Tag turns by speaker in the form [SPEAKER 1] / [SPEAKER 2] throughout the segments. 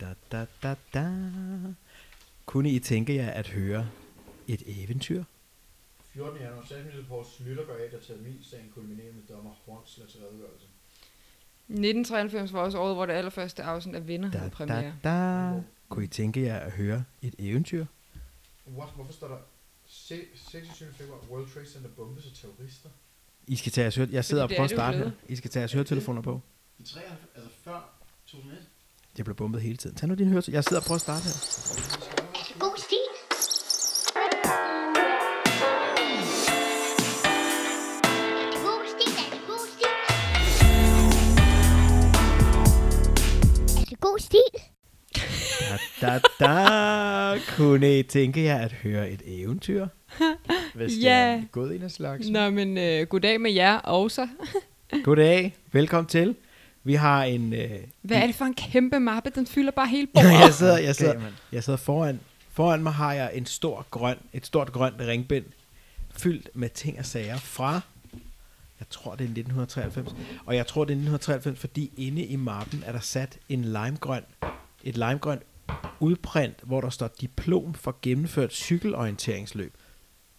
[SPEAKER 1] Da, da, da, da. Kunne I tænke jer at høre et eventyr?
[SPEAKER 2] 14. januar statsminister Poul Slytter går af, da terminsagen kulminerer med dommer Hornslets redegørelse.
[SPEAKER 3] 1993 var også året, hvor det allerførste afsnit af Venner
[SPEAKER 1] Da,
[SPEAKER 3] havde
[SPEAKER 1] da,
[SPEAKER 3] premiere.
[SPEAKER 1] da. Kunne I tænke jer at høre et eventyr?
[SPEAKER 2] What? Hvorfor står der se- 26. februar World Trade Center bombes af terrorister?
[SPEAKER 1] I skal tage jeres høre... Jeg sidder og
[SPEAKER 3] Fordi
[SPEAKER 1] prøver at
[SPEAKER 3] det er
[SPEAKER 1] starte
[SPEAKER 3] det jo
[SPEAKER 1] her. I skal tage jeres høretelefoner på.
[SPEAKER 4] I 93, altså før 2001.
[SPEAKER 1] Jeg bliver bombet hele tiden. Tag nu din høretelefoner. Jeg sidder og prøver at starte her.
[SPEAKER 5] God stil. God stil, er det god stil? Er det god stil?
[SPEAKER 1] Da, da, da. Kunne I tænke jer at høre et eventyr? Hvis det
[SPEAKER 3] Ja.
[SPEAKER 1] er en god en af slags.
[SPEAKER 3] Nå, men øh, goddag med jer også.
[SPEAKER 1] Goddag. Velkommen til. Vi har en... Øh,
[SPEAKER 3] Hvad er det for en kæmpe mappe? Den fylder bare hele bordet.
[SPEAKER 1] jeg, sidder, jeg,
[SPEAKER 4] Okay,
[SPEAKER 1] sidder,
[SPEAKER 4] mand.
[SPEAKER 1] jeg sidder foran. Foran mig har jeg en stor grøn, et stort grønt ringbind, fyldt med ting og sager fra, jeg tror det er 1993. Og jeg tror det er 1993, fordi inde i mappen er der sat en limegrøn, et limegrøn udprint, hvor der står diplom for gennemført cykelorienteringsløb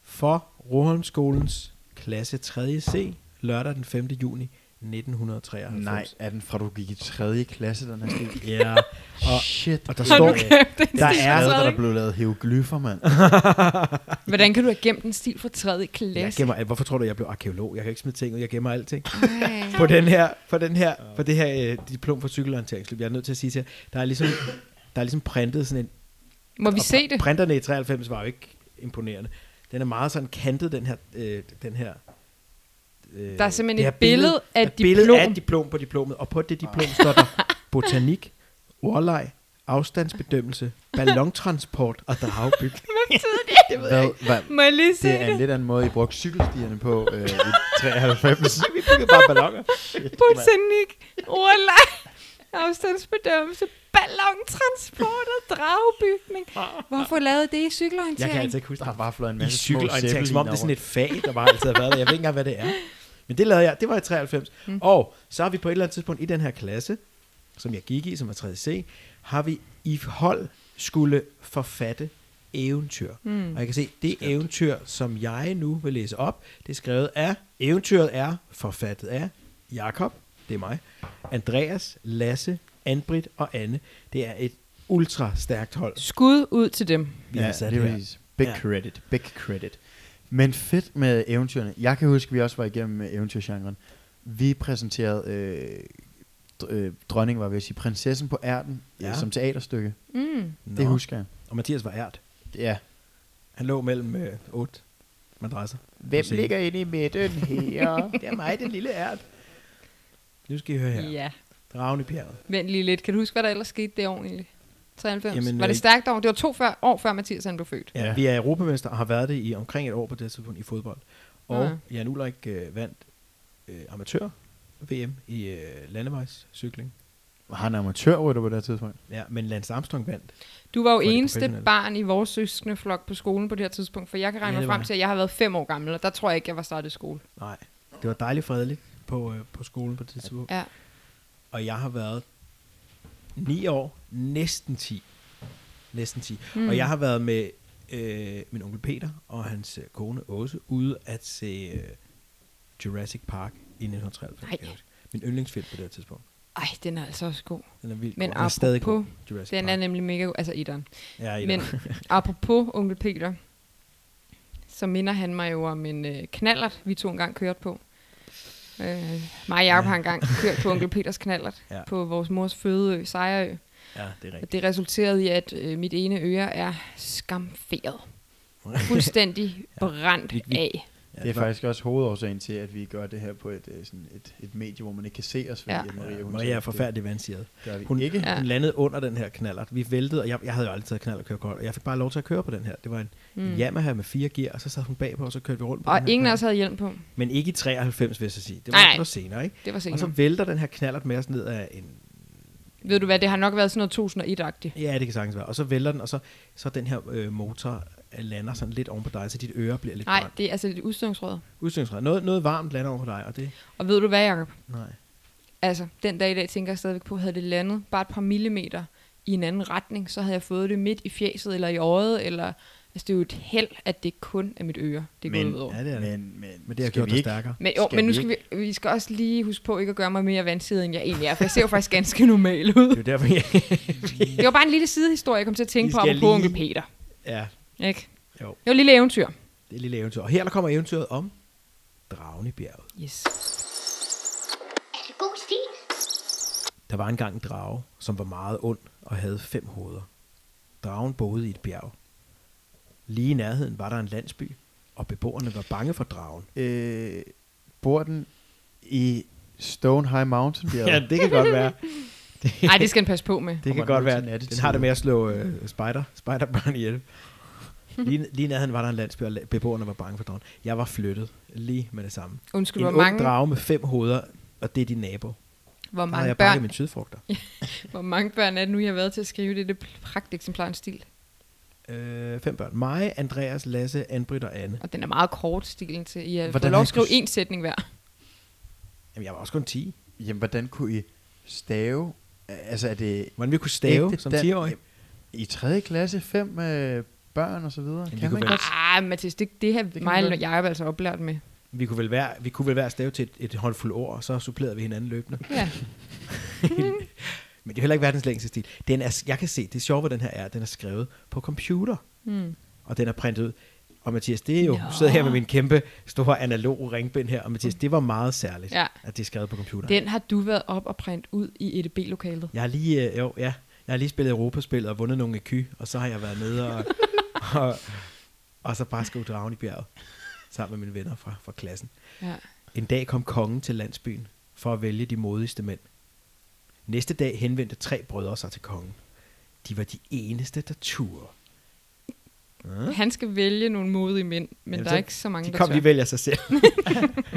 [SPEAKER 1] for Roholmskolens klasse 3.C lørdag den 5. juni 1993.
[SPEAKER 4] Nej, er den fra, du gik i 3. klasse, den her stil?
[SPEAKER 1] Ja,
[SPEAKER 4] Og, Shit.
[SPEAKER 1] og der
[SPEAKER 3] Hold nu
[SPEAKER 1] står,
[SPEAKER 3] kæft, det
[SPEAKER 1] der er-
[SPEAKER 3] er en
[SPEAKER 4] Hvad
[SPEAKER 3] stil fra
[SPEAKER 4] er der,
[SPEAKER 3] tredje.
[SPEAKER 4] der blev lavet hieroglyffer, mand?
[SPEAKER 3] Hvordan kan du have gemt en stil fra tredje
[SPEAKER 1] Jeg
[SPEAKER 3] klasse?
[SPEAKER 1] gemmer alt. Hvorfor tror du, jeg blev arkeolog? Jeg kan ikke smide ting ud. Jeg gemmer alting.
[SPEAKER 3] Ej.
[SPEAKER 1] På den her, på den her, på det her øh, diplom for cykelorienteringsløb, jeg er nødt til at sige til jer, der er ligesom, der er ligesom printet sådan en...
[SPEAKER 3] Må vi
[SPEAKER 1] og
[SPEAKER 3] se det?
[SPEAKER 1] Printerne i 93 var jo ikke imponerende. Den er meget sådan kantet, den her... Øh, den her øh,
[SPEAKER 3] Der er simpelthen
[SPEAKER 1] det
[SPEAKER 3] et
[SPEAKER 1] her
[SPEAKER 3] billede af
[SPEAKER 1] der er billede af
[SPEAKER 3] diplom.
[SPEAKER 1] et diplom på diplomet, og på det diplom står der botanik, ordleg, afstandsbedømmelse, ballontransport og dragbygning.
[SPEAKER 4] Hvad, hvad?
[SPEAKER 3] Må jeg lige se
[SPEAKER 4] Det er
[SPEAKER 3] det?
[SPEAKER 4] lidt af en måde, I brugte cykelstierne på øh, i 93.
[SPEAKER 1] Vi byggede bare ballonger.
[SPEAKER 3] Botanik, urlej, afstandsbedømmelse, ballontransport og dragbygning. Hvorfor lavede det i
[SPEAKER 1] Jeg
[SPEAKER 3] cykelorientering?
[SPEAKER 1] kan altså ikke huske,
[SPEAKER 4] Der har bare flået en
[SPEAKER 1] i
[SPEAKER 4] masse små
[SPEAKER 1] cykelorientering, som om det er sådan
[SPEAKER 4] zeppeliner
[SPEAKER 1] et fag, der bare altid har været der. Jeg ved ikke engang, hvad det er. Men det lavede jeg, det var i 93. Mm. Og så har vi på et eller andet tidspunkt i den her klasse, som jeg gik i, som var 3C, har vi i hold skulle forfatte eventyr. Mm. Og jeg kan se, det eventyr, som jeg nu vil læse op, det er skrevet af, eventyret er forfattet af Jakob, det er mig, Andreas, Lasse, Anbrit og Anne. Det er et ultra stærkt hold,
[SPEAKER 3] Skud ud til dem.
[SPEAKER 1] vi
[SPEAKER 4] rundt.
[SPEAKER 1] har sat
[SPEAKER 4] det er
[SPEAKER 1] her.
[SPEAKER 4] præcis. Big
[SPEAKER 1] Ja.
[SPEAKER 4] credit, big credit. Men fedt med eventyrene. Jeg kan huske, at vi også var igennem øh, eventyrgenren. Vi præsenterede øh, dr- øh, dronning, var jeg ved at sige, prinsessen på ærten,
[SPEAKER 1] Ja.
[SPEAKER 4] ja. som teaterstykke.
[SPEAKER 3] Mm.
[SPEAKER 1] Nå.
[SPEAKER 4] Det husker jeg.
[SPEAKER 1] Og Mathias var ært.
[SPEAKER 4] Ja.
[SPEAKER 1] Han lå mellem øh, otte madrasser.
[SPEAKER 4] Hvem
[SPEAKER 1] Præcis.
[SPEAKER 4] ligger inde i midten her?
[SPEAKER 1] Det er mig, den lille ært. Nu skal I høre her.
[SPEAKER 3] Ja.
[SPEAKER 1] Dragen i bjerget.
[SPEAKER 3] Vent lige lidt. Kan du huske, hvad der ellers skete det år egentlig? 93.
[SPEAKER 1] Jamen,
[SPEAKER 3] Jamen, var
[SPEAKER 1] øh,
[SPEAKER 3] det stærkt år? Det var to før, år før Mathias han blev født.
[SPEAKER 1] Ja,
[SPEAKER 4] Ja.
[SPEAKER 1] Vi er europamester og har været det i omkring et år på det tidspunkt i fodbold. Og
[SPEAKER 3] Ja.
[SPEAKER 1] Jan Ulrik øh, vandt øh, amatør-VM i øh, landevejscykling.
[SPEAKER 4] Var han amatørrytter på det her tidspunkt?
[SPEAKER 1] Ja, men Lance Armstrong vandt.
[SPEAKER 3] Du var jo
[SPEAKER 1] For de
[SPEAKER 3] eneste
[SPEAKER 1] professionelle.
[SPEAKER 3] barn i vores søskendeflok på skolen på det her tidspunkt, for jeg kan regne
[SPEAKER 1] Ja,
[SPEAKER 3] mig
[SPEAKER 1] det var
[SPEAKER 3] frem
[SPEAKER 1] jeg.
[SPEAKER 3] til, at jeg har været fem år gammel, og der tror jeg ikke, jeg var startet i skole.
[SPEAKER 1] Nej, det var dejligt fredeligt på, øh, på skolen på det tidspunkt.
[SPEAKER 3] Ja.
[SPEAKER 1] Og jeg har været 9 år, næsten 10. Næsten 10. Mm.
[SPEAKER 3] Hmm.
[SPEAKER 1] Og jeg har været med øh, min onkel Peter og hans øh, kone Åse ude at se øh, Jurassic Park i 1993.
[SPEAKER 3] Nej.
[SPEAKER 1] kan jeg huske. Min yndlingsfilm på det her tidspunkt.
[SPEAKER 3] Ej, den er altså også god.
[SPEAKER 1] Den er vildt
[SPEAKER 3] Men
[SPEAKER 1] god. Den er stadig god,
[SPEAKER 3] apropos,
[SPEAKER 1] Jurassic
[SPEAKER 3] Den er
[SPEAKER 1] Park.
[SPEAKER 3] nemlig mega god. Altså, etteren.
[SPEAKER 1] ja, i
[SPEAKER 3] Men
[SPEAKER 1] den.
[SPEAKER 3] apropos onkel Peter, så minder han mig jo om en øh, knallert, vi to engang kørte på. Øh, mig og Jacob har engang kørt på onkel Peters knallert
[SPEAKER 1] Ja.
[SPEAKER 3] ja. på vores mors fødeø, Sejrø.
[SPEAKER 1] ja, det er rigtigt.
[SPEAKER 3] Og det resulterede i, at øh, mit ene øre er skamferet. Fuldstændig brændt
[SPEAKER 1] Vi- vi-
[SPEAKER 3] af.
[SPEAKER 1] Ja,
[SPEAKER 4] det er
[SPEAKER 1] var-
[SPEAKER 4] faktisk også hovedårsagen til, at vi gør det her på et, øh, sådan et, et medie, hvor man ikke kan se os, fordi
[SPEAKER 3] Ja.
[SPEAKER 4] ja. Maria,
[SPEAKER 1] Ja,
[SPEAKER 4] hun
[SPEAKER 1] Maria
[SPEAKER 4] siger,
[SPEAKER 1] er forfærdelig vansiret.
[SPEAKER 4] Det gør vi
[SPEAKER 1] Hun,
[SPEAKER 4] hun, ikke.
[SPEAKER 1] ja.
[SPEAKER 3] Ja.
[SPEAKER 1] hun landede under den her knallert. Vi væltede, og jeg, jeg havde jo aldrig taget knallert og kørt og jeg fik bare lov til at køre på den her. Det var en, mm. en Yamaha med fire gear, og så sad hun bagpå, og så kørte vi rundt på
[SPEAKER 3] Hmm. Og
[SPEAKER 1] den her
[SPEAKER 3] ingen af os
[SPEAKER 1] knallert.
[SPEAKER 3] havde hjelm på.
[SPEAKER 1] Men ikke i 93, vil jeg så sige. Det var,
[SPEAKER 3] Nej, nej.
[SPEAKER 1] det var senere, ikke?
[SPEAKER 3] Det var
[SPEAKER 1] Og så
[SPEAKER 3] sikkert.
[SPEAKER 1] vælter den her knallert med os ned af en...
[SPEAKER 3] Ved du hvad, det har nok været sådan noget 2001-agtigt.
[SPEAKER 1] Ja, det kan sagtens være. Og så vælter den, og så, så den her øh, motor øh, lander sådan lidt oven på dig, så dit øre bliver lidt
[SPEAKER 3] Nej,
[SPEAKER 1] brændt.
[SPEAKER 3] det er altså lidt udstødningsråd.
[SPEAKER 1] Udstyringsret. Noget, noget varmt lander over på dig, og det...
[SPEAKER 3] Og ved du hvad, Jacob?
[SPEAKER 1] Nej.
[SPEAKER 3] Altså, den dag i dag tænker jeg stadigvæk på, havde det landet bare et par millimeter i en anden retning, så havde jeg fået det midt i fjeset eller i øjet, eller altså det er jo et held, at det kun er mit øre, det er gået ud over.
[SPEAKER 1] Ja, det er det.
[SPEAKER 4] Men, men,
[SPEAKER 1] Men det har
[SPEAKER 4] skal
[SPEAKER 1] gjort
[SPEAKER 4] vi
[SPEAKER 1] dig
[SPEAKER 4] ikke-
[SPEAKER 1] stærkere.
[SPEAKER 3] Men, jo,
[SPEAKER 4] skal
[SPEAKER 3] men
[SPEAKER 4] vi
[SPEAKER 3] nu skal vi, vi skal også lige huske på ikke at gøre mig mere vansidig, end jeg egentlig er, for jeg ser jo faktisk ganske normal ud.
[SPEAKER 1] Det er jo derfor, jeg...
[SPEAKER 3] Det var bare en lille sidehistorie, jeg kom til at
[SPEAKER 1] Vi
[SPEAKER 3] tænke på,
[SPEAKER 1] skal
[SPEAKER 3] apropos
[SPEAKER 1] lige-
[SPEAKER 3] onkel Peter.
[SPEAKER 1] ja,
[SPEAKER 3] Ikke?
[SPEAKER 1] Jo.
[SPEAKER 3] Det var et lille eventyr.
[SPEAKER 1] det er et lille eventyr. Og her der kommer eventyret om Dragen i bjerget.
[SPEAKER 3] Yes.
[SPEAKER 5] Er det god stil?
[SPEAKER 1] Der var engang en drage, som var meget ond og havde fem hoveder. Dragen boede i et bjerg. Lige i nærheden var der en landsby, og beboerne var bange for dragen.
[SPEAKER 4] Øh, bor den i Stone High Mountain? bjerget?
[SPEAKER 1] det kan godt være.
[SPEAKER 3] Ej, det skal han passe på med.
[SPEAKER 1] Det
[SPEAKER 4] Kommer
[SPEAKER 1] kan
[SPEAKER 4] den
[SPEAKER 1] godt
[SPEAKER 4] ud
[SPEAKER 1] være.
[SPEAKER 4] til nattetid?
[SPEAKER 1] Den har det med at slå øh, spider, spiderbørn ihjel. Lige, lige i nærheden var der en landsby, og la- beboerne var bange for dragen. Jeg var flyttet lige med det samme.
[SPEAKER 3] Undskyld,
[SPEAKER 1] en
[SPEAKER 3] hvor
[SPEAKER 1] ung
[SPEAKER 3] mange,
[SPEAKER 1] drage med fem hoveder, og det er din nabo.
[SPEAKER 3] hvor,
[SPEAKER 1] Der har
[SPEAKER 3] mange
[SPEAKER 1] jeg pakket
[SPEAKER 3] børn,
[SPEAKER 1] mine sydfrugter.
[SPEAKER 3] hvor mange børn er det nu, jeg har været til at skrive det? Det er pragteksemplarens stil.
[SPEAKER 1] Øh, fem børn. Mig, Andreas, Lasse, Anbrit og Anne.
[SPEAKER 3] Og den er meget kort stilen til. I har
[SPEAKER 4] Hvordan
[SPEAKER 3] fået lov
[SPEAKER 4] har I
[SPEAKER 3] at skrive
[SPEAKER 4] kunne-
[SPEAKER 3] én sætning hver.
[SPEAKER 1] Jamen, jeg var også kun 10.
[SPEAKER 4] Jamen, hvordan kunne I stave? Altså, er det
[SPEAKER 1] Hvordan vi kunne stave
[SPEAKER 4] ægte
[SPEAKER 1] som
[SPEAKER 4] dan-
[SPEAKER 1] 10-årig?
[SPEAKER 4] I 3. klasse, fem øh, børn og så videre.
[SPEAKER 1] vi
[SPEAKER 4] Kan
[SPEAKER 1] kunne
[SPEAKER 4] man
[SPEAKER 1] vel-
[SPEAKER 4] godt?
[SPEAKER 3] Ah, Mathis, det, det her det
[SPEAKER 4] kan
[SPEAKER 3] mig
[SPEAKER 4] man
[SPEAKER 3] og
[SPEAKER 4] godt.
[SPEAKER 3] Jacob er altså oplært med.
[SPEAKER 1] Vi kunne vel være, vi kunne vel være stave til et, et håndfuld ord, og så supplerede vi hinanden løbende.
[SPEAKER 3] Ja.
[SPEAKER 1] Men det er heller ikke verdens længste stil. Den er, jeg kan se, det er sjovt, hvordan den her er. Den er skrevet på computer,
[SPEAKER 3] Mm.
[SPEAKER 1] og den er printet ud. Og Mathias, det er jo,
[SPEAKER 3] Nå.
[SPEAKER 1] Nå. sidder her med min kæmpe store analog ringbind her, og Mathias, det var meget særligt,
[SPEAKER 3] Ja.
[SPEAKER 1] at det er skrevet på computer.
[SPEAKER 3] Den har du været op og print ud i et B-lokalet.
[SPEAKER 1] Jeg har lige, øh, jo, ja, jeg har lige spillet Europaspil og vundet nogle eky, og så har jeg været nede og, og, og så bare skrevet dragen i bjerget sammen med mine venner fra, fra klassen.
[SPEAKER 3] Ja.
[SPEAKER 1] En dag kom kongen til landsbyen for at vælge de modigste mænd. Næste dag henvendte tre brødre sig til kongen. De var de eneste, der turde.
[SPEAKER 3] Han skal vælge nogle modige mænd, men
[SPEAKER 1] Jamen,
[SPEAKER 3] der
[SPEAKER 1] så-
[SPEAKER 3] er ikke så mange,
[SPEAKER 1] De
[SPEAKER 3] der
[SPEAKER 1] kom,
[SPEAKER 3] tør.
[SPEAKER 1] de vælger sig selv.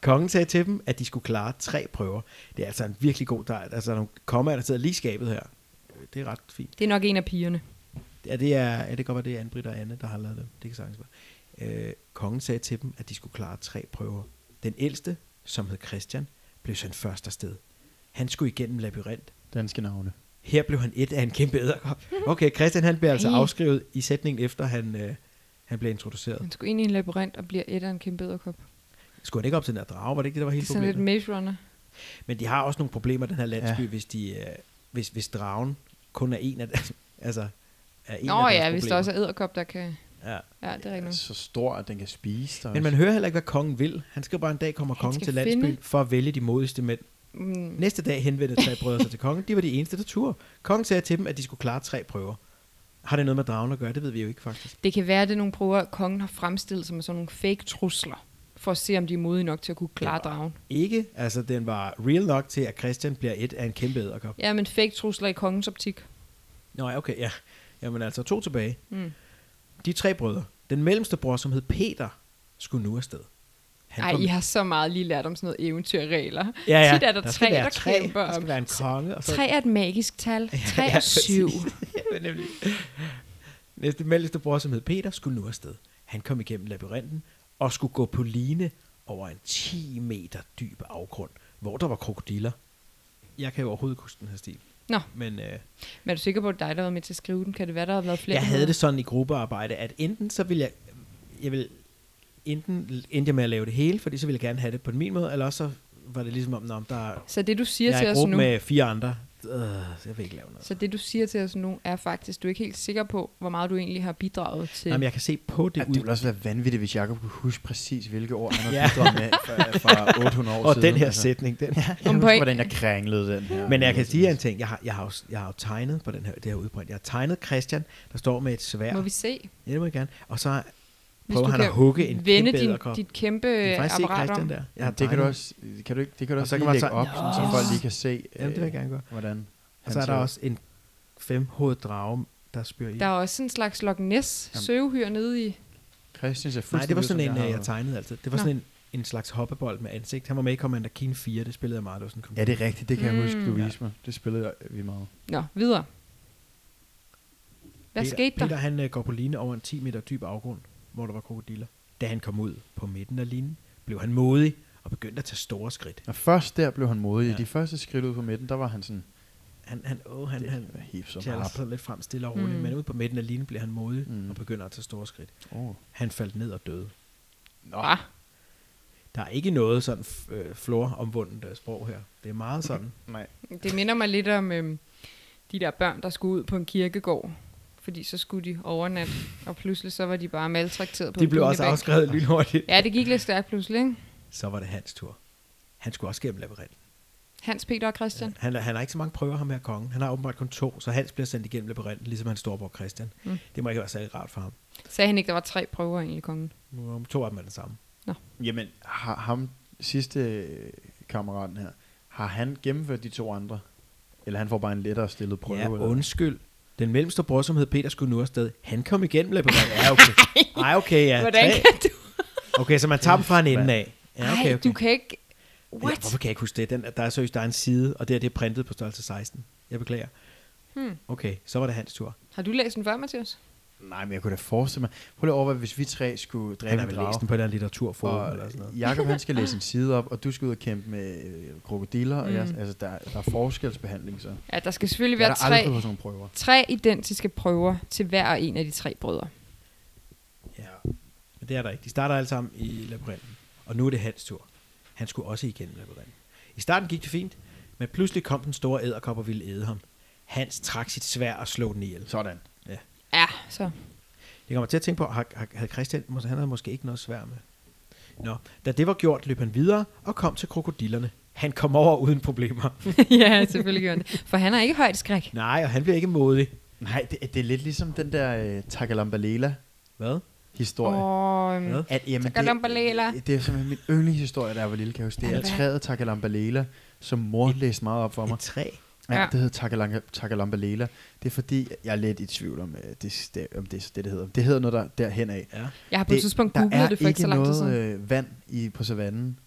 [SPEAKER 1] Kongen sagde til dem, at de skulle klare tre prøver. Det er altså en virkelig god dej. Altså, der er nogle kommaer, der sidder lige i skabet her. Øh, Det er ret fint.
[SPEAKER 3] Det er nok en af pigerne.
[SPEAKER 1] Ja, det er, ja, det kan godt være, det er Anne-Britt og Anne, der har lavet dem. Det kan sagtens være. Øh, kongen sagde til dem, at de skulle klare tre prøver. Den ældste, som hed Christian, blev sendt først afsted. Han skulle igennem labyrint.
[SPEAKER 4] Danske navne.
[SPEAKER 1] Her blev han et af en kæmpe æderkop. Okay, Christian han blev altså
[SPEAKER 3] Ej.
[SPEAKER 1] afskrevet i sætningen efter, han, øh, han blev introduceret.
[SPEAKER 3] Han skulle ind i en labyrint og bliver et af en kæmpe edderkop. Det
[SPEAKER 1] Skulle han ikke op til den der drage? Var det ikke det, der var
[SPEAKER 3] er
[SPEAKER 1] hele
[SPEAKER 3] sådan lidt
[SPEAKER 1] problemet?
[SPEAKER 3] Maze Runner.
[SPEAKER 1] Men de har også nogle problemer, den her landsby, ja.
[SPEAKER 4] Ja.
[SPEAKER 1] hvis, de, øh, hvis, hvis dragen kun er en af, altså, er en
[SPEAKER 3] Nå
[SPEAKER 1] af deres
[SPEAKER 3] ja,
[SPEAKER 1] problemer.
[SPEAKER 3] hvis der også er edderkop, der kan...
[SPEAKER 1] Ja.
[SPEAKER 3] Ja, det er
[SPEAKER 4] Den er
[SPEAKER 3] rigtigt.
[SPEAKER 4] så stor, at den kan spise dig.
[SPEAKER 1] Men man hører heller ikke, hvad kongen vil. Han skriver bare, en dag kommer
[SPEAKER 3] Han
[SPEAKER 1] kongen
[SPEAKER 3] skal
[SPEAKER 1] til landsbyen
[SPEAKER 3] finde-
[SPEAKER 1] for at vælge de modigste mænd.
[SPEAKER 3] Mm.
[SPEAKER 1] Næste dag henvendte tre brødre sig til kongen. De var de eneste, der turde. Kongen sagde til dem, at de skulle klare tre prøver. Har det noget med dragen at gøre? Det ved vi jo ikke faktisk.
[SPEAKER 3] Det kan være, at det er nogle prøver, kongen har fremstillet som sådan nogle fake trusler, for at se, om de er modige nok til at kunne klare dragen.
[SPEAKER 1] Ikke. Altså, den var real nok til, at Christian bliver et af en kæmpe æderkop.
[SPEAKER 3] Ja, men fake trusler i kongens optik.
[SPEAKER 1] Nå, ja, okay, ja. Jamen altså, to tilbage.
[SPEAKER 3] Mm.
[SPEAKER 1] De tre brødre. Den mellemste bror, som hed Peter, skulle nu afsted. Han
[SPEAKER 3] Ej,
[SPEAKER 1] kom-
[SPEAKER 3] I har så meget lige lært om sådan noget eventyrregler.
[SPEAKER 1] ja, ja.
[SPEAKER 3] Tit er der, der
[SPEAKER 1] skal
[SPEAKER 3] tre,
[SPEAKER 1] være
[SPEAKER 3] der
[SPEAKER 1] tre.
[SPEAKER 3] kæmper
[SPEAKER 1] Der
[SPEAKER 3] om.
[SPEAKER 1] skal være en konge. Og så
[SPEAKER 3] Tre er et magisk tal. Tre
[SPEAKER 1] ja,
[SPEAKER 3] er syv.
[SPEAKER 1] præcis. Ja, nemlig. Næste mellemste bror, som hed Peter, skulle nu afsted. Han kom igennem labyrinten og skulle gå på line over en 10 meter dyb afgrund, hvor der var krokodiller. Jeg kan jo overhovedet ikke huske den her stil.
[SPEAKER 3] Nå.
[SPEAKER 1] Men øh,
[SPEAKER 3] Men er du sikker på, at det er dig, der var med til at skrive den? Kan det være, der har været flere?
[SPEAKER 1] jeg havde det sådan i gruppearbejde, at enten så ville jeg, jeg ville, enten endte jeg med at lave det hele, fordi så ville jeg gerne have det på min måde, eller også så var det ligesom om, når der,
[SPEAKER 3] Så det, du siger
[SPEAKER 1] jeg
[SPEAKER 3] til
[SPEAKER 1] er i
[SPEAKER 3] os
[SPEAKER 1] gruppe
[SPEAKER 3] nu,
[SPEAKER 1] med fire andre, øh, så jeg vil ikke lave noget.
[SPEAKER 3] så det, du siger til os nu, er faktisk, du er ikke helt sikker på, hvor meget du egentlig har bidraget til.
[SPEAKER 1] Jamen, jeg kan se på det
[SPEAKER 4] det,
[SPEAKER 1] ud.
[SPEAKER 4] det ville også være vanvittigt, hvis Jacob kunne huske præcis, hvilke ord han har
[SPEAKER 1] Ja.
[SPEAKER 4] ja. bidraget med fra, fra 800 år
[SPEAKER 1] Og
[SPEAKER 4] siden.
[SPEAKER 1] den her sætning, den,
[SPEAKER 4] Jeg
[SPEAKER 3] Om
[SPEAKER 4] husker,
[SPEAKER 3] point-
[SPEAKER 4] hvordan jeg krænglede den her.
[SPEAKER 1] Men jeg kan sige jer en ting. Jeg har, jeg har, jo, jeg har jo tegnet på den her, det her udprint. Jeg har tegnet Christian, der står med et svær.
[SPEAKER 3] Må vi se?
[SPEAKER 1] Ja, det må jeg gerne. Og så
[SPEAKER 3] Hvis
[SPEAKER 1] prøver
[SPEAKER 3] du
[SPEAKER 1] han
[SPEAKER 3] kan
[SPEAKER 1] at hugge en
[SPEAKER 3] Vende
[SPEAKER 1] kæmpe
[SPEAKER 3] din,
[SPEAKER 1] edderkop.
[SPEAKER 3] dit kæmpe
[SPEAKER 1] Du kan faktisk se
[SPEAKER 3] apparat om.
[SPEAKER 1] Christian der. Jeg
[SPEAKER 4] Ja,
[SPEAKER 1] har
[SPEAKER 4] det kan du
[SPEAKER 1] tegnet.
[SPEAKER 4] også, kan du ikke, det kan du
[SPEAKER 1] Og så kan
[SPEAKER 4] også lige
[SPEAKER 1] man
[SPEAKER 4] lægge
[SPEAKER 1] så-
[SPEAKER 4] op, sådan, så
[SPEAKER 3] Nå.
[SPEAKER 4] folk lige kan se, øh,
[SPEAKER 1] Jamen, det vil jeg gerne gøre.
[SPEAKER 4] hvordan
[SPEAKER 1] Og så er
[SPEAKER 4] han
[SPEAKER 1] der
[SPEAKER 4] ser ud.
[SPEAKER 1] også en femhovedet drage, der spyr i.
[SPEAKER 3] Der er også en slags Loch Ness
[SPEAKER 4] Jamen.
[SPEAKER 3] søvehyr nede i.
[SPEAKER 4] Christian ser
[SPEAKER 1] Nej, det var sådan en,
[SPEAKER 4] fuldstændig ud,
[SPEAKER 1] jeg,
[SPEAKER 4] som har-
[SPEAKER 1] jeg tegnede altid. Det var
[SPEAKER 3] Nå.
[SPEAKER 1] sådan en, en slags hoppebold med ansigt. Han var med i Commander Keen 4, det spillede jeg meget. Det var sådan
[SPEAKER 4] Ja, det er rigtigt, det kan jeg huske, du
[SPEAKER 3] Mm.
[SPEAKER 4] viste mig. Det spillede jeg- vi meget.
[SPEAKER 3] Nå, videre. Hvad
[SPEAKER 1] Peter,
[SPEAKER 3] skete der?
[SPEAKER 1] Peter han øh, går på line over en 10 meter dyb afgrund, hvor der var krokodiller. Da han kom ud på midten af linen, blev han modig og begyndte at tage store skridt.
[SPEAKER 4] Og først der blev han modig.
[SPEAKER 1] Ja.
[SPEAKER 4] Ja. De første skridt ud på midten, der var han sådan,
[SPEAKER 1] han, han, åh, han,
[SPEAKER 4] Det
[SPEAKER 1] han
[SPEAKER 4] er helt så
[SPEAKER 1] tjaller
[SPEAKER 4] meget.
[SPEAKER 1] sig lidt frem stille og roligt,
[SPEAKER 3] Mm.
[SPEAKER 1] mm. men ude på midten af linjen bliver han modig
[SPEAKER 4] Mm.
[SPEAKER 1] mm. og begynder at tage store skridt.
[SPEAKER 4] Oh.
[SPEAKER 1] Han faldt ned og døde.
[SPEAKER 3] Nå. Ah,
[SPEAKER 1] Der er ikke noget sådan f- øh, floromvundet øh, sprog her. Det er meget sådan.
[SPEAKER 4] Nej.
[SPEAKER 3] det minder mig lidt om øhm, de der børn, der skulle ud på en kirkegård. Fordi så skulle de overnatte, og pludselig så var de bare maltrakteret på
[SPEAKER 1] De
[SPEAKER 3] en
[SPEAKER 1] blev også
[SPEAKER 3] dunebænk.
[SPEAKER 1] afskrevet lynhurtigt.
[SPEAKER 3] Ja, det gik lidt stærkt pludselig, ikke?
[SPEAKER 1] Så var det hans tur. Han skulle også gennem labyrinten.
[SPEAKER 3] Hans, Peter og Christian.
[SPEAKER 1] Han, han har ikke så mange prøver, ham her kongen. Han har åbenbart kun to, så Hans bliver sendt igennem labyrinten, ligesom hans storebror Christian.
[SPEAKER 3] Mm.
[SPEAKER 1] Mm. Det må ikke være særlig rart for ham.
[SPEAKER 3] Sagde han ikke, der var tre prøver egentlig, kongen?
[SPEAKER 1] Nu er to af dem er den samme.
[SPEAKER 4] Jamen, har ham sidste øh, kammeraten her, har han gennemført de to andre? Eller han får bare en lettere stillet prøve?
[SPEAKER 1] Ja,
[SPEAKER 4] eller?
[SPEAKER 1] undskyld. Den mellemste bror, som hed Peter, skulle nu afsted. Han kom igennem labyrinten. Ja, okay. Ej, okay, ja.
[SPEAKER 3] Hvordan
[SPEAKER 1] Tre.
[SPEAKER 3] kan du?
[SPEAKER 1] Okay, så man tager dem fra en ende af. Ja,
[SPEAKER 3] Ej,
[SPEAKER 1] okay, okay.
[SPEAKER 3] du kan ikke...
[SPEAKER 1] Ja,
[SPEAKER 3] What?
[SPEAKER 1] hvorfor kan jeg ikke huske det? Den, der er seriøst, der er en side, og det her det er printet på størrelse 16. Jeg beklager.
[SPEAKER 3] Hmm.
[SPEAKER 1] Okay, så var det hans tur.
[SPEAKER 3] Har du læst den før, Mathias?
[SPEAKER 4] Nej, men jeg kunne da forestille mig. Prøv lige at overveje, hvis vi tre skulle
[SPEAKER 1] Han
[SPEAKER 4] dræbe
[SPEAKER 1] har
[SPEAKER 4] en
[SPEAKER 1] vel læst
[SPEAKER 4] drage,
[SPEAKER 1] den på den litteraturforum
[SPEAKER 4] og
[SPEAKER 1] eller sådan noget.
[SPEAKER 4] Jacob han skal læse en side op, og du skal ud og kæmpe med øh, krokodiller, mm. og jeg,
[SPEAKER 3] Mm.
[SPEAKER 4] altså, der, der er forskelsbehandling, så.
[SPEAKER 3] Ja, der skal selvfølgelig
[SPEAKER 4] Jeg er
[SPEAKER 3] være
[SPEAKER 4] der
[SPEAKER 3] tre,
[SPEAKER 4] aldrig på sådan nogle prøver.
[SPEAKER 3] tre identiske prøver til hver en af de tre brødre.
[SPEAKER 1] Men det er der ikke. De starter alle sammen i labyrinten. Og nu er det hans tur. Han skulle også igennem labyrinten. I starten gik det fint, men pludselig kom den store æderkop og ville æde ham. Hans trak sit svær og slog den ihjel.
[SPEAKER 4] Sådan.
[SPEAKER 3] Ja, så.
[SPEAKER 1] Jeg kommer til at tænke på, har, har, havde Christian, mås- han havde måske ikke noget svær med. Nå, da det var gjort, løb han videre og kom til krokodillerne. Han kom over uden problemer.
[SPEAKER 3] ja, selvfølgelig gjorde han det. For han er ikke højt skræk.
[SPEAKER 1] Nej, og han bliver ikke modig.
[SPEAKER 4] Nej, det, det er lidt ligesom den der øh, Takalambalela-historie.
[SPEAKER 1] Hvad?
[SPEAKER 3] Og,
[SPEAKER 1] Hvad?
[SPEAKER 3] øhm,
[SPEAKER 4] At, jamen,
[SPEAKER 3] Takalambalela.
[SPEAKER 4] Det, det er simpelthen min yndlingshistorie, da jeg var lille, kan jeg huske. Det er
[SPEAKER 3] Ja.
[SPEAKER 4] træet Takalambalela, som mor læste meget op for mig.
[SPEAKER 1] Et træ.
[SPEAKER 4] Ja,
[SPEAKER 3] Ja.
[SPEAKER 4] det hedder Takalang- Takalambalela. Det er fordi, jeg er lidt i tvivl om, øh, det, sta- om det, er det, det hedder. Det hedder noget der, derhen af.
[SPEAKER 1] Ja.
[SPEAKER 3] jeg har på et tidspunkt
[SPEAKER 4] der er
[SPEAKER 3] googlet det for ikke så lang tid siden.
[SPEAKER 4] noget øh, vand i, på savannen. Ja.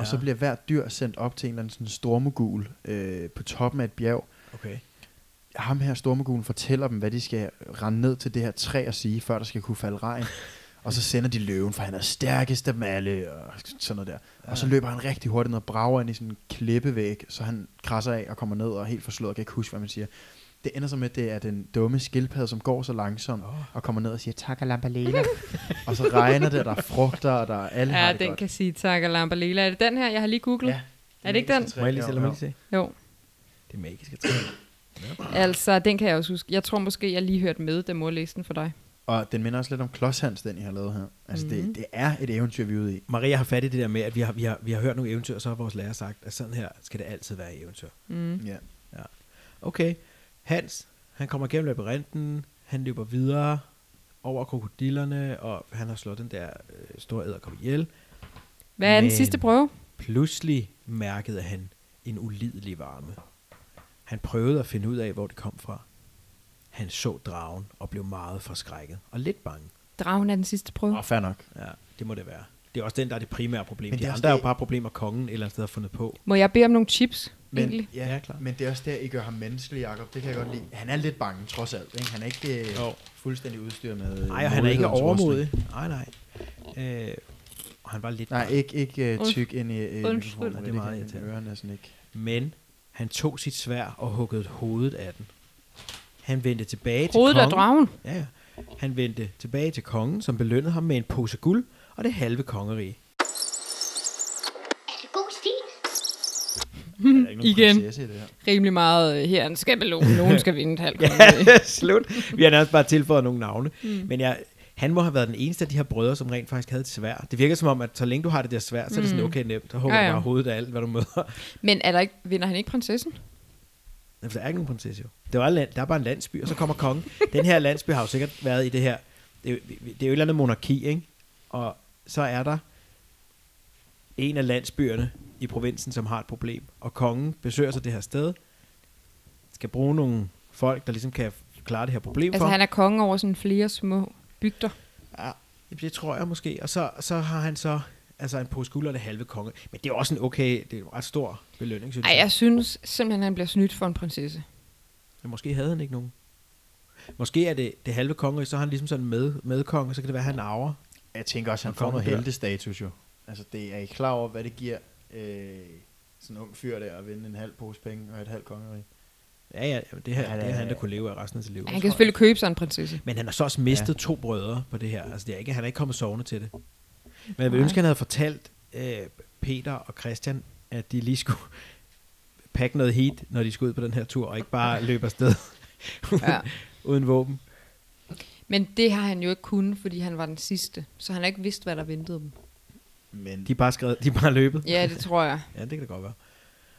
[SPEAKER 4] Og
[SPEAKER 1] Ja.
[SPEAKER 4] så bliver hvert dyr sendt op til en eller anden sådan stormogul øh, på toppen af et bjerg.
[SPEAKER 1] Okay.
[SPEAKER 4] Ham her, stormogulen, fortæller dem, hvad de skal rende ned til det her træ og sige, før der skal kunne falde regn. og så sender de løven, for han er stærkest af dem alle, og sådan noget der. Og så løber han rigtig hurtigt ned og brager ind i sådan en klippevæg, så han krasser af og kommer ned og er helt forslået og kan ikke huske, hvad man siger. Det ender så med, at det er den dumme skildpadde, som går så langsomt og kommer ned og siger, Takalambalela. og så regner det, og der er frugter, og der er alle har
[SPEAKER 3] Ja,
[SPEAKER 4] det
[SPEAKER 3] den
[SPEAKER 4] godt.
[SPEAKER 3] kan sige tak og lamper lila. Er det den her, jeg har lige googlet?
[SPEAKER 4] Ja.
[SPEAKER 3] Er det ikke den?
[SPEAKER 1] Må jeg lige se, eller må jeg lige se?
[SPEAKER 3] Jo.
[SPEAKER 1] Det magiske træ.
[SPEAKER 3] Altså, den kan jeg også huske. Jeg tror måske, jeg lige hørte med, da mor læste den for dig.
[SPEAKER 4] Og den minder også lidt om Klodshans, den jeg har lavet her. Altså, mm-hmm.
[SPEAKER 3] Mhm.
[SPEAKER 4] det, det er et eventyr, vi er ude i.
[SPEAKER 1] Maria har fat i det der med, at vi har, vi har, vi har hørt nogle eventyr, og så har vores lærer sagt, at sådan her skal det altid være i eventyr.
[SPEAKER 3] Mm.
[SPEAKER 4] Ja.
[SPEAKER 1] Okay, Hans, han kommer gennem labyrinten, han løber videre over krokodillerne, og han har slået den der øh, store æderkop ihjel.
[SPEAKER 3] Hvad er den
[SPEAKER 1] Men-
[SPEAKER 3] sidste prøve?
[SPEAKER 1] Pludselig mærkede han en ulidelig varme. Han prøvede at finde ud af, hvor det kom fra. Han så dragen og blev meget forskrækket og lidt bange.
[SPEAKER 3] Dragen er den sidste prøve.
[SPEAKER 4] Åh, fair nok.
[SPEAKER 1] Ja, det må det være. Det er også den, der er det primære problem.
[SPEAKER 4] Men
[SPEAKER 1] Men
[SPEAKER 4] det
[SPEAKER 1] det
[SPEAKER 4] er
[SPEAKER 1] de
[SPEAKER 4] også
[SPEAKER 1] andre er jo
[SPEAKER 4] det-
[SPEAKER 1] bare problemer, kongen et eller andet sted har fundet på.
[SPEAKER 3] Må jeg bede om nogle chips, men,
[SPEAKER 4] Men,
[SPEAKER 3] egentlig?
[SPEAKER 4] ja,
[SPEAKER 1] Ja,
[SPEAKER 4] ja
[SPEAKER 1] klar.
[SPEAKER 4] men det er også der, I gør ham menneskelig, Jacob. Det kan jeg godt lide. Han er lidt bange, trods alt. Ikke? Han er ikke øh,
[SPEAKER 1] Jo.
[SPEAKER 4] fuldstændig udstyret med... øh,
[SPEAKER 1] Nej, og han er ikke
[SPEAKER 4] modighedens
[SPEAKER 1] overmodig. Nej, nej. Øh, og han var lidt...
[SPEAKER 4] rustning. Nej, ikke, ikke øh, tyk ind i øh,
[SPEAKER 3] Undskyld. Mm,
[SPEAKER 4] mikrofonen.
[SPEAKER 1] Ja, det er
[SPEAKER 4] kan
[SPEAKER 1] meget
[SPEAKER 4] mine
[SPEAKER 1] irriterende.
[SPEAKER 4] ører næsten ikke.
[SPEAKER 1] Men han tog sit svær og huggede hovedet af den. Han vendte tilbage
[SPEAKER 3] Hovedet
[SPEAKER 1] til
[SPEAKER 3] af
[SPEAKER 1] kongen.
[SPEAKER 3] dragen.
[SPEAKER 1] Ja, ja. Han vendte tilbage til kongen, som belønnede ham med en pose guld og det halve kongerige.
[SPEAKER 5] Er det god stil?
[SPEAKER 4] Der er ikke nogen
[SPEAKER 3] igen.
[SPEAKER 4] prinsesse i det her.
[SPEAKER 3] Rimelig meget øh, her. er En skabelon. Nogen skal vinde et halvt kongerige.
[SPEAKER 1] Ja, slut. Vi har nærmest bare tilføjet nogle navne. Mm. Men jeg, han må have været den eneste af de her brødre, som rent faktisk havde et svær. Det virker som om, at så længe du har det der svær, så er det sådan okay nemt. Så hugger
[SPEAKER 3] Mm. Ja,
[SPEAKER 1] ja,
[SPEAKER 3] ja.
[SPEAKER 1] ja. bare hovedet af alt, hvad du møder.
[SPEAKER 3] Men er der ikke, vinder han ikke prinsessen?
[SPEAKER 1] Jamen, der er ikke nogen prinsesse jo. Det var land, der er bare en landsby, og så kommer kongen. Den her landsby har jo sikkert været i det her... Det, er jo- det er jo et eller andet monarki, ikke? Og så er der en af landsbyerne i provinsen, som har et problem. Og kongen besøger så det her sted, skal bruge nogle folk, der ligesom kan klare det her problem
[SPEAKER 3] Altså,
[SPEAKER 1] for.
[SPEAKER 3] han er konge over sådan flere små bygder.
[SPEAKER 1] Ja, jamen, det tror jeg måske. Og så, så har han så altså en pose guld og det halve konge. Men det er også en okay, det er en ret stor belønning, synes
[SPEAKER 3] Ej, jeg synes simpelthen, han bliver snydt for en prinsesse.
[SPEAKER 1] Men måske havde han ikke nogen. Måske er det det halve kongerige, så er han ligesom sådan med, medkonge, og så kan det være, at han arver.
[SPEAKER 4] Jeg tænker også, han
[SPEAKER 1] Han
[SPEAKER 4] får
[SPEAKER 1] kommer
[SPEAKER 4] noget
[SPEAKER 1] her.
[SPEAKER 4] heltestatus jo. Altså, det er I klar over, hvad det giver øh, sådan en ung fyr der at vinde en halv pose penge og et halvt kongerige?
[SPEAKER 1] Ja, ja, jamen, det her,
[SPEAKER 4] Ja,
[SPEAKER 1] ja,
[SPEAKER 4] ja,
[SPEAKER 1] det her han,
[SPEAKER 4] ja,
[SPEAKER 1] der
[SPEAKER 4] ja.
[SPEAKER 1] kunne leve af resten af sit liv.
[SPEAKER 3] Han kan selvfølgelig købe sig en prinsesse.
[SPEAKER 1] Men han har så også mistet ja. to brødre på det her. Altså, det er ikke, han er ikke kommet sovende til det. Men jeg vil ønske, han havde fortalt øh, Peter og Christian, at de lige skulle pakke noget heat, når de skulle ud på den her tur, og ikke bare løbe afsted
[SPEAKER 3] Ja.
[SPEAKER 1] ja. uden våben.
[SPEAKER 3] Men det har han jo ikke kunnet, fordi han var den sidste. Så han har ikke vidst, hvad der ventede dem.
[SPEAKER 4] Men
[SPEAKER 1] De er bare, skrevet, de er bare løbet.
[SPEAKER 3] Ja, det tror jeg.
[SPEAKER 1] Ja, det kan det godt være.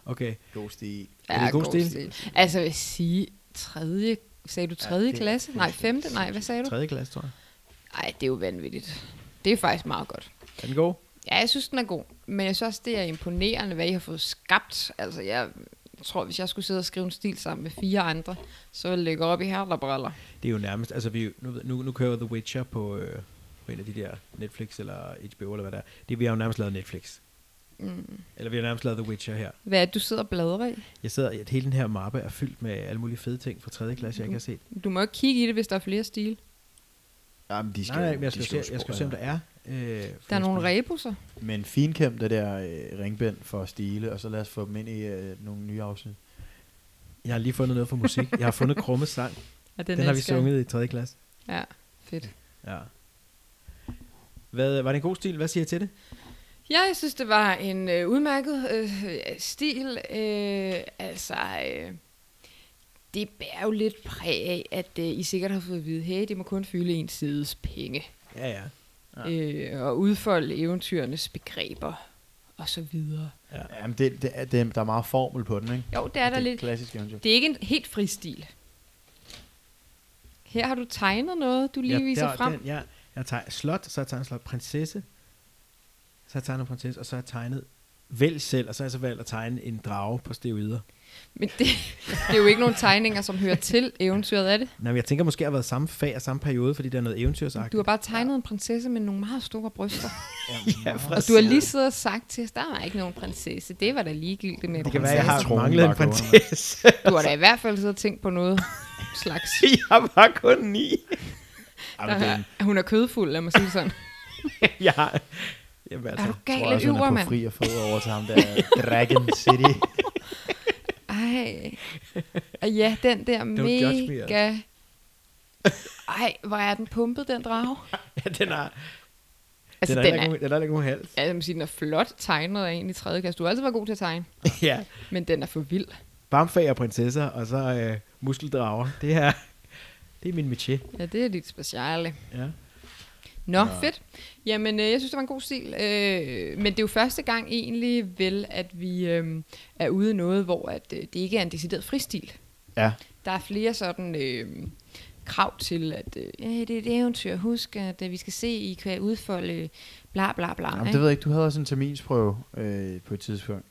[SPEAKER 1] Okay.
[SPEAKER 4] god stil.
[SPEAKER 3] Ja,
[SPEAKER 1] Er det god stil?
[SPEAKER 3] Altså, jeg vil sige, tredje... Sagde du tredje
[SPEAKER 4] det
[SPEAKER 3] ja,
[SPEAKER 4] er
[SPEAKER 3] klasse? Nej, femte? Nej, hvad sagde du?
[SPEAKER 1] Tredje klasse, tror jeg.
[SPEAKER 3] Nej, det er jo vanvittigt. Det er faktisk meget godt.
[SPEAKER 1] Er den god?
[SPEAKER 3] Ja, jeg synes, den er god. Men jeg synes også, det er imponerende, hvad I har fået skabt. Altså, jeg tror, hvis jeg skulle sidde og skrive en stil sammen med fire andre, så ville det gå op i herterbriller.
[SPEAKER 1] Det er jo nærmest, altså vi, nu, ved- nu, nu kører The Witcher på, øh, på en af de der Netflix eller HBO eller hvad der er. Det, vi har jo nærmest lavet Netflix. Mm. Eller vi har nærmest lavet The Witcher her.
[SPEAKER 3] Hvad er det, du sidder og bladrer i?
[SPEAKER 1] Jeg sidder i, at hele den her mappe er fyldt med alle mulige fede ting fra 3. klasse, jeg ikke har set.
[SPEAKER 3] Du må ikke kigge i det, hvis der er flere stil.
[SPEAKER 4] Jamen, de skal,
[SPEAKER 1] Nej, nej,
[SPEAKER 4] jo-
[SPEAKER 1] men jeg
[SPEAKER 4] de
[SPEAKER 1] skal, se,
[SPEAKER 4] jo
[SPEAKER 1] jeg skal
[SPEAKER 4] spore,
[SPEAKER 1] se, om
[SPEAKER 4] ja.
[SPEAKER 1] der er. Øh,
[SPEAKER 3] Der er nogle rebusser.
[SPEAKER 4] Men finkæm det der øh, ringbind for at stile, og så lad os få dem ind i øh, nogle nye afsnit.
[SPEAKER 1] Jeg har lige fundet noget for musik. Jeg har fundet Krummes sang.
[SPEAKER 3] Ja,
[SPEAKER 1] Den, den har vi
[SPEAKER 3] elsker jeg.
[SPEAKER 1] sunget i 3. klasse.
[SPEAKER 3] Ja, fedt.
[SPEAKER 1] Ja. Hvad, var det en god stil? Hvad siger jeg til det?
[SPEAKER 3] Ja, jeg synes, det var en øh, udmærket øh, stil. Øh, altså, øh, det bærer jo lidt præg af, at øh, I sikkert har fået at vide, hey, det må kun fylde en sides penge.
[SPEAKER 1] Ja, ja.
[SPEAKER 3] Ja. Øh, og udfolde eventyrenes begreber og så videre.
[SPEAKER 4] Jamen, det, det, er, det, der er meget formel på den, ikke?
[SPEAKER 3] Jo, det er der
[SPEAKER 4] det
[SPEAKER 3] lidt.
[SPEAKER 4] Klassisk eventyr.
[SPEAKER 3] Det er ikke en helt fri stil. Her har du tegnet noget, du lige
[SPEAKER 1] ja,
[SPEAKER 3] ja, viser
[SPEAKER 1] der-
[SPEAKER 3] frem.
[SPEAKER 1] Den, ja, jeg tager slot, så har jeg tegnet slot prinsesse, så har jeg tegnet prinsesse, og så har jeg tegnet vælg selv, og så har jeg så valgt at tegne en drage på steroider.
[SPEAKER 3] Men det, det er jo ikke nogen tegninger, som hører til eventyret af det.
[SPEAKER 1] Nå, men jeg tænker måske, at jeg har været samme fag og samme periode, fordi der er noget eventyrsagtigt.
[SPEAKER 3] Du har bare tegnet ja. en prinsesse med nogle meget store bryster.
[SPEAKER 1] ja,
[SPEAKER 3] Og du har lige siddet og sagt til os, der var ikke nogen prinsesse. Det var da ligegyldigt med
[SPEAKER 1] Det kan være, at jeg
[SPEAKER 3] prinsesse.
[SPEAKER 1] har
[SPEAKER 4] Tronen
[SPEAKER 1] manglet en
[SPEAKER 4] bare gående.
[SPEAKER 1] prinsesse.
[SPEAKER 3] Du har da i hvert fald siddet og tænkt på noget slags.
[SPEAKER 1] jeg har bare kun ni.
[SPEAKER 4] Ej, men det er en-
[SPEAKER 3] Der, hun er kødfuld, lad mig sige det sådan.
[SPEAKER 1] jeg har... Jamen
[SPEAKER 3] Er
[SPEAKER 1] altså,
[SPEAKER 3] du
[SPEAKER 4] tror
[SPEAKER 3] gal
[SPEAKER 4] jeg
[SPEAKER 3] lidt
[SPEAKER 4] også, han
[SPEAKER 3] øver,
[SPEAKER 4] er på
[SPEAKER 3] mand?
[SPEAKER 4] fri og fod over til ham der Dragon City.
[SPEAKER 3] Ej. Og ja, den der
[SPEAKER 1] judge me,
[SPEAKER 3] mega... Ej, hvor er den pumpet, den drage?
[SPEAKER 1] ja, den har...
[SPEAKER 3] Altså,
[SPEAKER 1] den,
[SPEAKER 3] den,
[SPEAKER 1] har
[SPEAKER 3] er...
[SPEAKER 1] ikke nogen- den har ikke nogen hals.
[SPEAKER 3] Ja, jeg må sige, den er flot tegnet af en i tredje klasse. Du har altid været god til at tegne,
[SPEAKER 1] ja.
[SPEAKER 3] men den er for vild.
[SPEAKER 1] Bamfag og prinsesser, og så øh, muskeldrager. Det er, det er min métier.
[SPEAKER 3] Ja, det er dit speciale.
[SPEAKER 1] Ja.
[SPEAKER 3] Nå, Nå. fedt. Jamen, øh, jeg synes, det var en god stil. Øh, men det er jo første gang egentlig vel, at vi øh, er ude i noget, hvor at, øh, det ikke er en decideret fristil.
[SPEAKER 4] Ja,
[SPEAKER 3] Der er flere sådan øh, krav til, at øh, ja, det er et eventyr. Husk, at øh, vi skal se, I kan udfolde bla bla bla.
[SPEAKER 4] Jamen,
[SPEAKER 3] ikke?
[SPEAKER 4] det ved jeg ikke. Du havde også en terminsprøve øh, på et tidspunkt,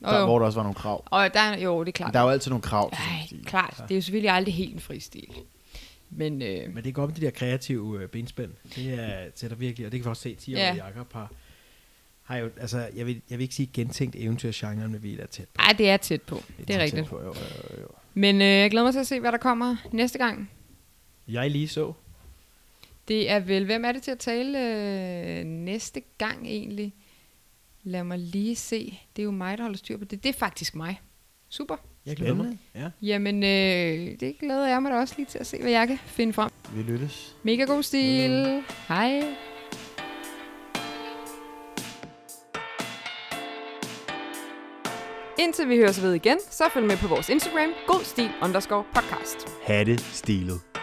[SPEAKER 3] Og
[SPEAKER 4] der,
[SPEAKER 3] jo,
[SPEAKER 4] hvor der også var nogle krav.
[SPEAKER 3] og der, er- jo, det er klart.
[SPEAKER 4] Men der er jo altid nogle krav. til sådan en
[SPEAKER 3] Ej,
[SPEAKER 4] stil.
[SPEAKER 3] klart. Det er jo selvfølgelig aldrig helt en fristil. Men øh,
[SPEAKER 1] Men det går om de der kreative øh, benspænd. Det er, sætter virkelig, og det kan vi også se, 10 år
[SPEAKER 3] Ja.
[SPEAKER 1] ja. Jakob har, har jo, altså, jeg vil, jeg vil ikke sige gentænkt eventyrgenren, men vi er da tæt.
[SPEAKER 3] ej, det er tæt på. Det er
[SPEAKER 4] Tæt
[SPEAKER 3] rigtigt.
[SPEAKER 4] på, jo, jo, jo, jo.
[SPEAKER 3] Men øh, jeg glæder mig til at se, hvad der kommer næste gang.
[SPEAKER 1] Jeg lige så.
[SPEAKER 3] Det er vel, hvem er det til at tale øh, næste gang egentlig? Lad mig lige se. Det er jo mig, der holder styr på det. Det er faktisk mig. Super.
[SPEAKER 1] Jeg glæder mig.
[SPEAKER 4] Spændende.
[SPEAKER 1] Ja.
[SPEAKER 3] Jamen, øh, det glæder jeg mig da også lige til at se, hvad jeg kan finde frem.
[SPEAKER 4] Vi lyttes.
[SPEAKER 3] Mega god stil. Hej. Indtil vi høres ved igen, så følg med på vores Instagram, godstil underscore podcast.
[SPEAKER 6] Hatte stilet.